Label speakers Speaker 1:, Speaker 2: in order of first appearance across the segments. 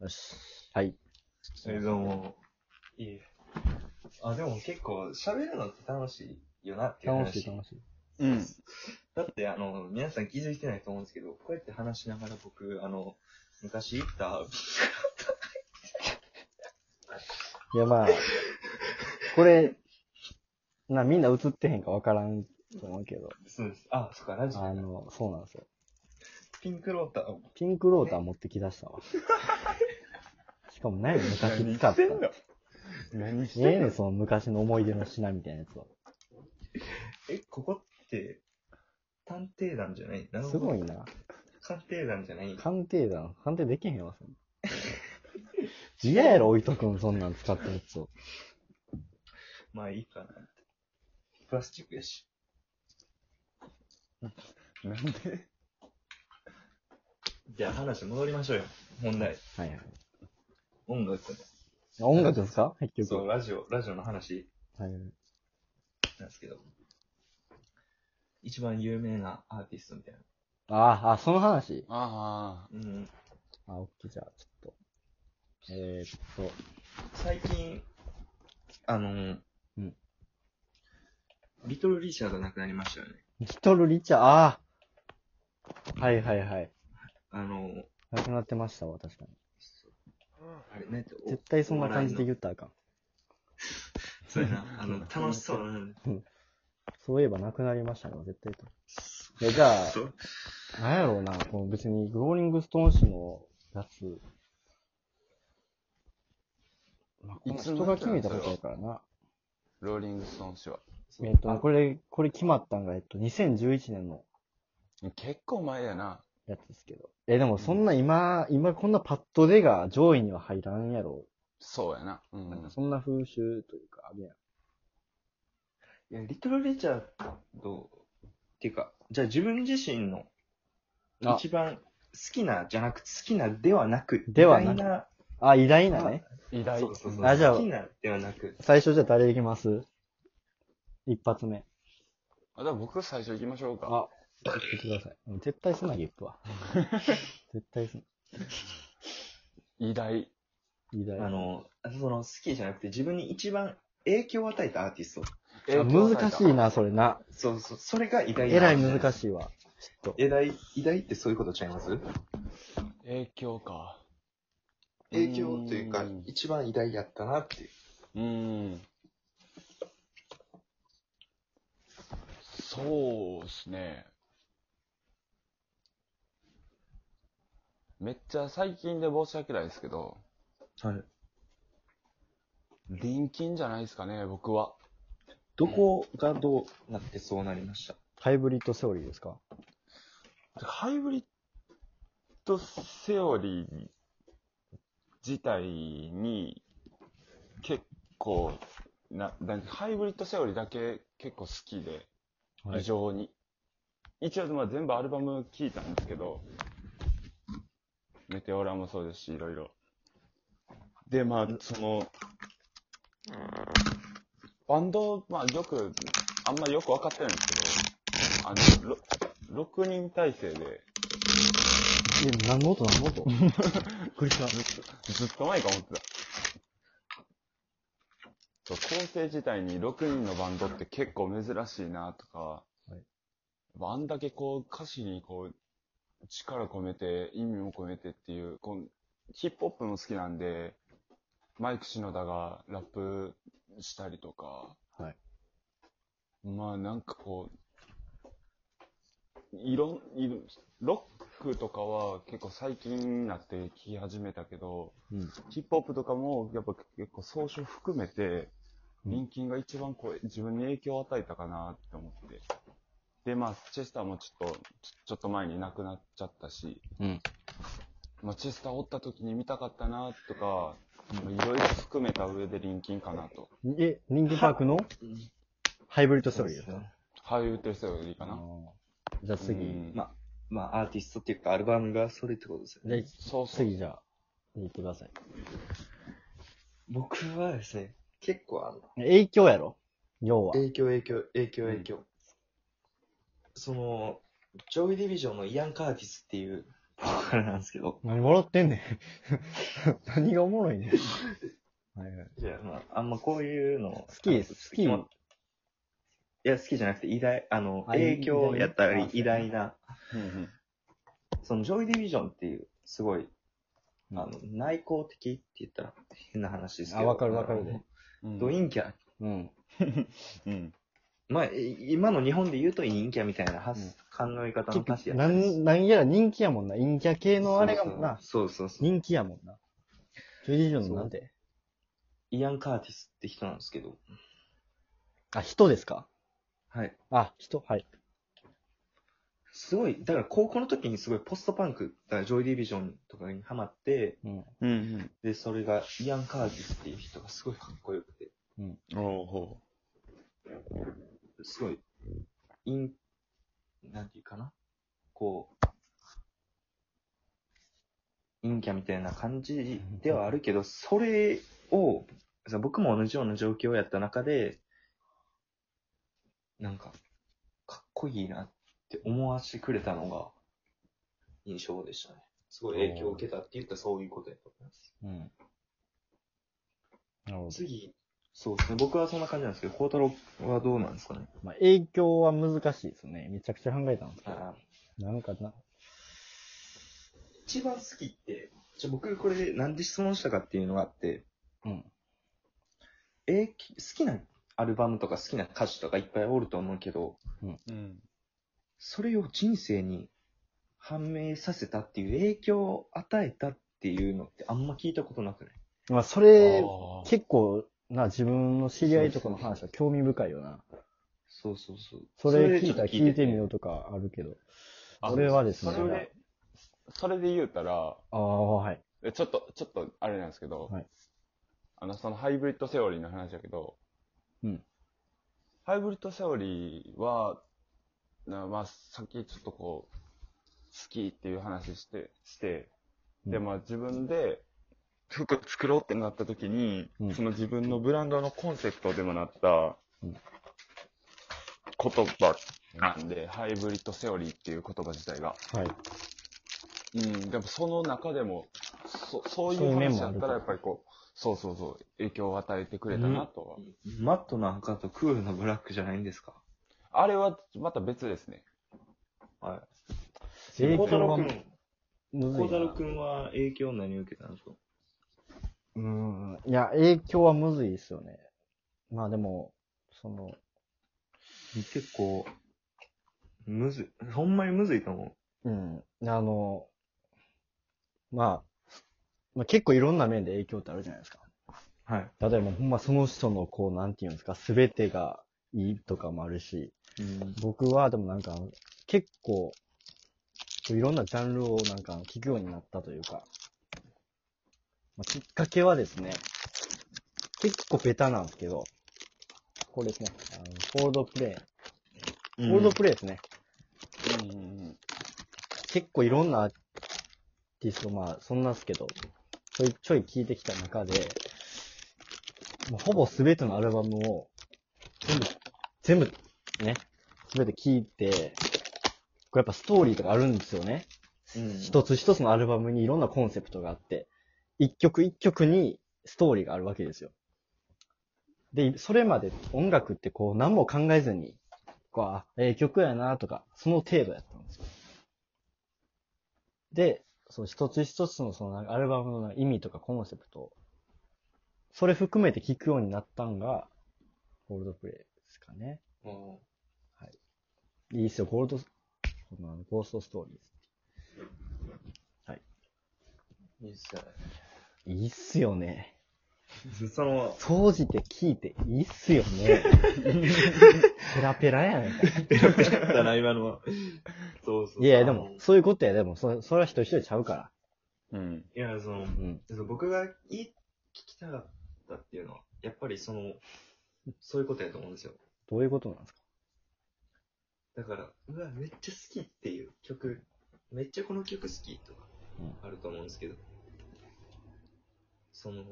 Speaker 1: よし。はい。
Speaker 2: えー、どうも。
Speaker 3: いえ。あ、でも結構喋るのって楽しいよなっていう話。
Speaker 4: 楽しい楽しい。
Speaker 1: うん。
Speaker 3: だってあの、皆さん気づいてないと思うんですけど、こうやって話しながら僕、あの、昔行った、
Speaker 4: いやまあ、これ、な、みんな映ってへんかわからんと思うけど、
Speaker 3: そうです。あ、そっか、ラジオ。
Speaker 4: あの、そうなんですよ。
Speaker 3: ピンクローター。
Speaker 4: ピンクローター持ってきだしたわ。しかも何や昔使った。
Speaker 2: 何してんの
Speaker 4: え
Speaker 2: 何し
Speaker 4: え
Speaker 2: てん
Speaker 4: ね
Speaker 2: の
Speaker 4: んその昔の思い出の品みたいなやつは。
Speaker 3: え、ここって、探偵団じゃないなるほ
Speaker 4: す
Speaker 3: ど
Speaker 4: ごいな。
Speaker 3: 鑑定団じゃない
Speaker 4: 鑑定団、鑑定できへんわ、そんな。嫌やろ、置いとくん、そんなん使ったやつを。
Speaker 3: まあいいかな。プラスチックやし。
Speaker 2: なんで
Speaker 3: じゃあ話戻りましょうよ。問題。
Speaker 4: はいはい。
Speaker 3: 音楽。
Speaker 4: 音楽ですか結
Speaker 3: そ
Speaker 4: 局。
Speaker 3: う、ラジオ、ラジオの話
Speaker 4: はい。
Speaker 3: なんですけど。一番有名なアーティストみたいな。
Speaker 4: ああ、その話。
Speaker 2: あ
Speaker 3: うん。
Speaker 4: あ、オッケー、じゃあ、ちょっと。えー、っと、
Speaker 3: 最近、あの、
Speaker 4: うん
Speaker 3: リトル・リチャード亡くなりましたよね。
Speaker 4: リトル・リチャー、ああ。はいはいはい。
Speaker 3: あの、
Speaker 4: 亡くなってましたわ、確かに。
Speaker 3: あれ、ね、お
Speaker 4: 絶対そんな感じで言ったらあかん。
Speaker 3: そうやな、あの、楽しそうな。
Speaker 4: そういえば亡くなりましたね、絶対と。いや、じゃ
Speaker 3: そ
Speaker 4: あ、
Speaker 3: う
Speaker 4: なんやろうな、この別に、ローリング・ストーン氏のやつ。まあ、この人が決めたことやからな。
Speaker 2: ーローリングストーン氏は。
Speaker 3: そ
Speaker 4: え
Speaker 3: う
Speaker 4: っと、これ、これ決まったんが、えっと、2011年の
Speaker 2: 結構前やな。
Speaker 4: やつですけど。え、でもそんな今、今こんなパッとでが上位には入らんやろ。
Speaker 2: そうやな。うん。
Speaker 4: なんかそんな風習というか、あれやん。
Speaker 3: いや、リトル・リチャード、っていうか、じゃあ自分自身の
Speaker 4: あ
Speaker 3: 一番好きなじゃなく、好きなではなく、
Speaker 4: ではなく
Speaker 3: 偉大な
Speaker 4: あ、偉大なね。
Speaker 2: 偉大。
Speaker 3: そうそうそう
Speaker 4: あじゃあ
Speaker 3: 好きなではなく、
Speaker 4: 最初じゃあ誰いきます一発目。
Speaker 2: あ、じゃあ僕最初行きましょうか。
Speaker 4: あ、言ってください。うん絶対すなぎ行 くわ。絶対すな。
Speaker 2: 偉大。
Speaker 4: 偉大。
Speaker 3: あの、その好きじゃなくて自分に一番影響を与えたアーティスト。
Speaker 2: え
Speaker 4: あ難しい。な、それな。
Speaker 3: そうそう、それが偉大な。
Speaker 4: えらい難しいわ。ちょっと。
Speaker 3: 偉大、偉大ってそういうことちゃいます
Speaker 2: 影響か。
Speaker 3: 影響というか
Speaker 2: うん、
Speaker 3: 一番偉大やったなっていう。
Speaker 2: うん。そうっすね。めっちゃ最近で申し訳ないですけど、
Speaker 3: はい。
Speaker 2: 臨近じゃないですかね、僕は。
Speaker 3: どこがどうなってそうなりました
Speaker 4: ハイブリッドセオリーですか
Speaker 2: ハイブリッドセオリー自体に結構な、なんかハイブリッドセオリーだけ結構好きで、非。常に。一応、まあ、全部アルバム聴いたんですけど、メテオラもそうですし、いろいろ。で、まあ、その、バンド、まあ、よく、あんまよく分かってないんですけど、あの、6人体制で、
Speaker 4: え、何の音何の音びっくりした。
Speaker 2: ずっと前から思ってた。そう構成自体に6人のバンドって結構珍しいなとか、
Speaker 4: い
Speaker 2: あんだけこう歌詞にこう力込めて意味も込めてっていう、こうヒップホップも好きなんで、マイク篠田がラップしたりとか、
Speaker 4: はい
Speaker 2: まあなんかこう、いろん、いろロックとかは結構最近になって聴き始めたけど、
Speaker 4: うん
Speaker 2: ヒップホップとかもやっぱ結構総称含めて、
Speaker 4: うん
Speaker 2: リンキンが一番こう自分に影響を与えたかなって思って。で、まあ、チェスターもちょっと、ちちょっと前に亡くなっちゃったし、
Speaker 4: うん
Speaker 2: まあ、チェスターおった時に見たかったなとか、いろいろ含めた上でリンキンかなと。
Speaker 4: え、リンキンパークのハイブリッドセオリーですか
Speaker 3: ね。
Speaker 2: ハイウッドセオリーか
Speaker 4: あ
Speaker 2: な。
Speaker 4: ーじゃあ次。
Speaker 2: うん
Speaker 3: ままあ、アーティストっていうか、アルバムがそれってことですよね。
Speaker 4: じゃあ
Speaker 2: そうそう。
Speaker 4: 次じゃあ、言ってください。
Speaker 3: 僕はですね、結構あの、
Speaker 4: 影響やろ要は。
Speaker 3: 影響、影響、影響、影響。その、ジョイ・ディビジョンのイアン・カーティスっていうわからなんですけど。
Speaker 4: 何笑ってんねん。 何がおもろいねん。はいはい
Speaker 3: いや、まあ、あんまこういうの。好
Speaker 4: 好きです。好き。
Speaker 3: いや、好きじゃなくて、偉大、あの、
Speaker 4: あ
Speaker 3: 影響やった
Speaker 4: 偉
Speaker 3: り、偉
Speaker 4: 大
Speaker 3: 大な、
Speaker 2: うんうん
Speaker 3: その、ジョイ・ディビジョンっていう、すごい、あ
Speaker 4: うん
Speaker 3: の、内向的って言ったら変な話ですけ
Speaker 4: あ、
Speaker 3: ど。
Speaker 4: わかるわかる
Speaker 3: あ
Speaker 4: で
Speaker 3: の。ド陰キャ。
Speaker 4: うん。
Speaker 2: うん。
Speaker 3: まあ、い今の日本で言うと陰キャみたいな発、考え方の歌詞やった
Speaker 4: な
Speaker 3: り
Speaker 4: ん、なんやら人気やもんな。陰キャ系のあれが
Speaker 3: そうそう
Speaker 4: な、
Speaker 3: そうそうそう。
Speaker 4: 人気やもんな。ジョイディジョンのなんて。
Speaker 3: イアン・カーティスって人なんですけど。
Speaker 4: あ、人ですか
Speaker 3: はい。
Speaker 4: あ、人はい。
Speaker 3: すごい、だから高校の時にすごいポストパンク、だからジョイ・ディビジョンとかにハマって、
Speaker 4: うん。
Speaker 2: うん
Speaker 3: で、それがイアン・カーティスっていう人がすごいかっこよくて、
Speaker 2: うん。おうほ
Speaker 3: すごい、イン、なんていうかな、こう、陰キャみたいな感じではあるけど、それを、その僕も同じような状況やった中で、なんか、かっこいいなって思わせてくれたのが、印象でしたね。すごい影響を受けたって言ったらそういうことやと思います。
Speaker 4: うん。なるほど。
Speaker 3: 次、そうですね。僕はそんな感じなんですけど、孝太郎はどうなんですかね。
Speaker 4: まあ、影響は難しいですね。めちゃくちゃ考えたんですけど。
Speaker 3: あ
Speaker 4: なんかな、
Speaker 3: 一番好きって、じゃあ僕これなんで質問したかっていうのがあって、
Speaker 4: うん。
Speaker 3: え好きなアルバムとか好きな歌手とかいっぱいおると思うけど、
Speaker 2: う。うん。
Speaker 3: それを人生に判明させたっていう影響を与えたっていうのってあんま聞いたことなくない
Speaker 4: まあ、それ、
Speaker 2: あー
Speaker 4: 結構、な、自分の知り合いとかの話は興味深いよな。
Speaker 3: そうそうそう。
Speaker 4: それ聞いたら
Speaker 3: そ
Speaker 4: 聞いてみ
Speaker 3: よ
Speaker 4: ようとかあるけど。
Speaker 2: あ
Speaker 4: 俺はですね
Speaker 2: それで、それで言うたら、
Speaker 4: ああ、はい。
Speaker 2: えちょっと、ちょっと、あれなんですけど、
Speaker 4: はい
Speaker 2: あの、そのハイブリッドセオリーの話だけど、
Speaker 4: うん
Speaker 2: ハイブリッドセオリーは、なまあ、さっきちょっとこう、好きっていう話して、して、で、
Speaker 4: うん
Speaker 2: まあ自分で服作ろうってなった時に、
Speaker 4: うん
Speaker 2: その自分のブランドのコンセプトでもなった
Speaker 4: うん
Speaker 2: 言葉なんで、ハイブリッドセオリーっていう言葉自体が。
Speaker 4: はい。
Speaker 2: うん、でもその中でも、そそうい
Speaker 4: そういう
Speaker 2: う
Speaker 4: 面も
Speaker 2: 話だ
Speaker 4: あ
Speaker 2: っ
Speaker 4: る
Speaker 2: た
Speaker 4: から
Speaker 2: らやっぱりこう、そうそうそう、影響を与えてくれたなとは。
Speaker 3: マットな赤とクールなブラックじゃないんですか
Speaker 2: あれはまた別ですね。
Speaker 3: は
Speaker 4: 影
Speaker 3: 孝
Speaker 4: 響
Speaker 3: 太郎
Speaker 4: は
Speaker 3: く
Speaker 4: む
Speaker 3: ん、
Speaker 4: ず
Speaker 3: 孝
Speaker 4: い
Speaker 3: 太郎
Speaker 4: な。
Speaker 3: くんは影響何を受けたんですか
Speaker 4: うん。いや、影響はむずいですよね。まあでも、その、
Speaker 3: 結構、むずい。ほんまにむずいと思
Speaker 4: うん。あの、まあ、まあ、結構いろんな面で影響ってあるじゃないですか。
Speaker 3: う。はい。
Speaker 4: 例えば、ほんまその人の、こう、なんていうんですか、すべてがいいとかもあるし、
Speaker 3: うん。
Speaker 4: 僕はでもなんか、結構、こういろんなジャンルをなんか聞くようになったというか、まあ、きっかけはですね、結構ベタなんですけど、これですね、あのコールドプレイ、コールドプレイですね。
Speaker 2: うんうん
Speaker 4: 結構いろんなアーティスト、まあ、そんなんすけど、ちょいちょい聞いてきた中で、もうほぼ全てのアルバムを、全部、全部、ね、全て聞いて、これやっぱストーリーとかあるんですよね。
Speaker 3: うん
Speaker 4: 一つ一つのアルバムにいろんなコンセプトがあって、一曲一曲にストーリーがあるわけですよ。で、それまで音楽ってこう何も考えずに、こう、あ、ええ曲やなとか、その程度やったんですよ。で、そう一つ一つのそのなんかアルバムの意味とかコンセプトをそれ含めて聴くようになったんが、ゴールドプレイですかね。
Speaker 3: うん
Speaker 4: いいっすよ、ゴールド、このゴーストストーリーです。
Speaker 3: いいっすよ
Speaker 4: いいっすよね。
Speaker 3: ね。その、
Speaker 4: 掃除って聞いていいっすよ ね。ペラペラやねんか。
Speaker 3: ペラペラやったな、今のは。そうそう。
Speaker 4: いやいや、でも、そういうことや、でも、そそれは人一人ちゃうから。
Speaker 2: うん。
Speaker 3: いや、その、
Speaker 4: うん。
Speaker 3: その僕がい聞きたかったっていうのは、やっぱりその、そういうことやと思うんですよ。
Speaker 4: どういうことなんですか
Speaker 3: だから、うわ、めっちゃ好きっていう曲、めっちゃこの曲好きとか
Speaker 4: うん、
Speaker 3: あると思うんですけど、その、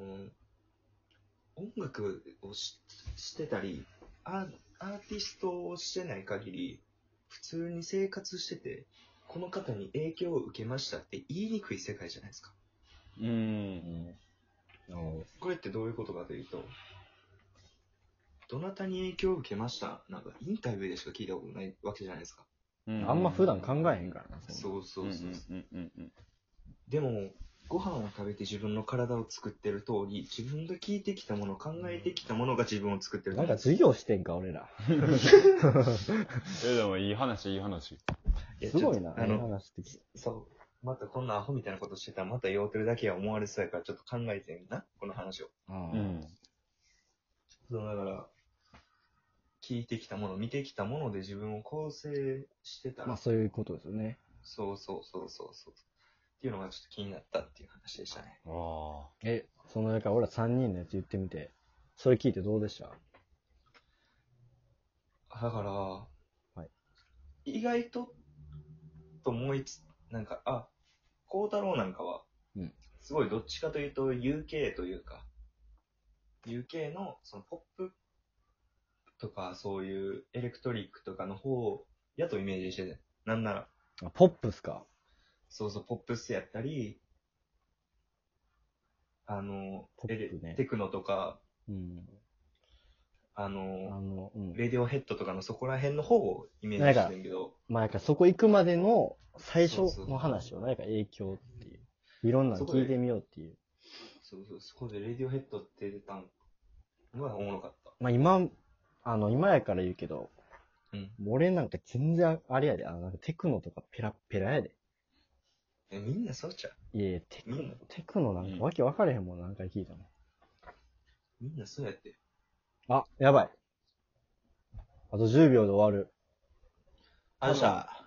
Speaker 3: 音楽をししてたりアー、アーティストをしてない限り、普通に生活してて、この方に影響を受けましたって言いにくい世界じゃないですか。
Speaker 2: うん。
Speaker 3: これってどういうことかというと、どなたに影響を受けましたなんかインタビューでしか聞いたことないわけじゃないですか。
Speaker 4: あんま普段考えへんからな、う。
Speaker 3: そうそうそう。
Speaker 2: うんうんうん
Speaker 3: でも、ご飯を食べて自分の体を作ってる通り、自分が聞いてきたもの、考えてきたものが自分を作ってる
Speaker 4: な
Speaker 3: と
Speaker 4: ん
Speaker 3: 思う
Speaker 4: か授業してんか、俺ら。
Speaker 2: え、でもいい話、いい話。
Speaker 3: や
Speaker 4: すごいな、
Speaker 3: ちょっとあの
Speaker 4: 話的に。
Speaker 3: そう。またこんなアホみたいなことしてたら、また酔うてるだけや思われそうやから、ちょっと考えてみな、この話を。
Speaker 4: うん
Speaker 2: うん。
Speaker 3: そうだから、聞いてきたもの、見てきたもので自分を構成してたら、
Speaker 4: まあそういうことですよね。
Speaker 3: そうそうそうそうそう。っていうのがちょっと気になったっていう話でしたね。
Speaker 2: ああ。
Speaker 4: え、その、だから俺ら3人のやつ言ってみて、それ聞いてどうでした
Speaker 3: だから、
Speaker 4: い
Speaker 3: 意外と、と思いつ、なんか、あ、孝太郎なんかは、
Speaker 4: うん
Speaker 3: すごいどっちかというと UK というか、UK のそのポップとかそういうエレクトリックとかの方やとイメージしてて、なんなら、
Speaker 4: あポップスか。
Speaker 3: そうそう、ポップスやったり、あの、
Speaker 4: ポップね
Speaker 3: エレテクノとか、
Speaker 4: うん。
Speaker 3: あ
Speaker 4: あ
Speaker 3: の、
Speaker 4: の、うん。
Speaker 3: レディオヘッドとかのそこら辺の方をイメージしてるけど、
Speaker 4: まあ、なんかそこ行くまでの最初
Speaker 3: そうそう
Speaker 4: の話を、なんか影響っていう。いろんなの聞いてみようっていう。
Speaker 3: そうそう、そこでレディオヘッドって出たのがおもろかった。
Speaker 4: まあ今、あの、今やから言うけど、
Speaker 3: うん。
Speaker 4: 俺なんか全然あれやで、あの、なんかテクノとかペラッペラやで。
Speaker 3: え、みんなそうちゃう
Speaker 4: いやいやテク
Speaker 3: みん
Speaker 4: ノ
Speaker 3: な、
Speaker 4: テクノなんかわけわかれへんもん、何回聞いたの。
Speaker 3: みんなそうやって。
Speaker 4: あ、やばい。あと10秒で終わる。
Speaker 3: あの
Speaker 4: どうした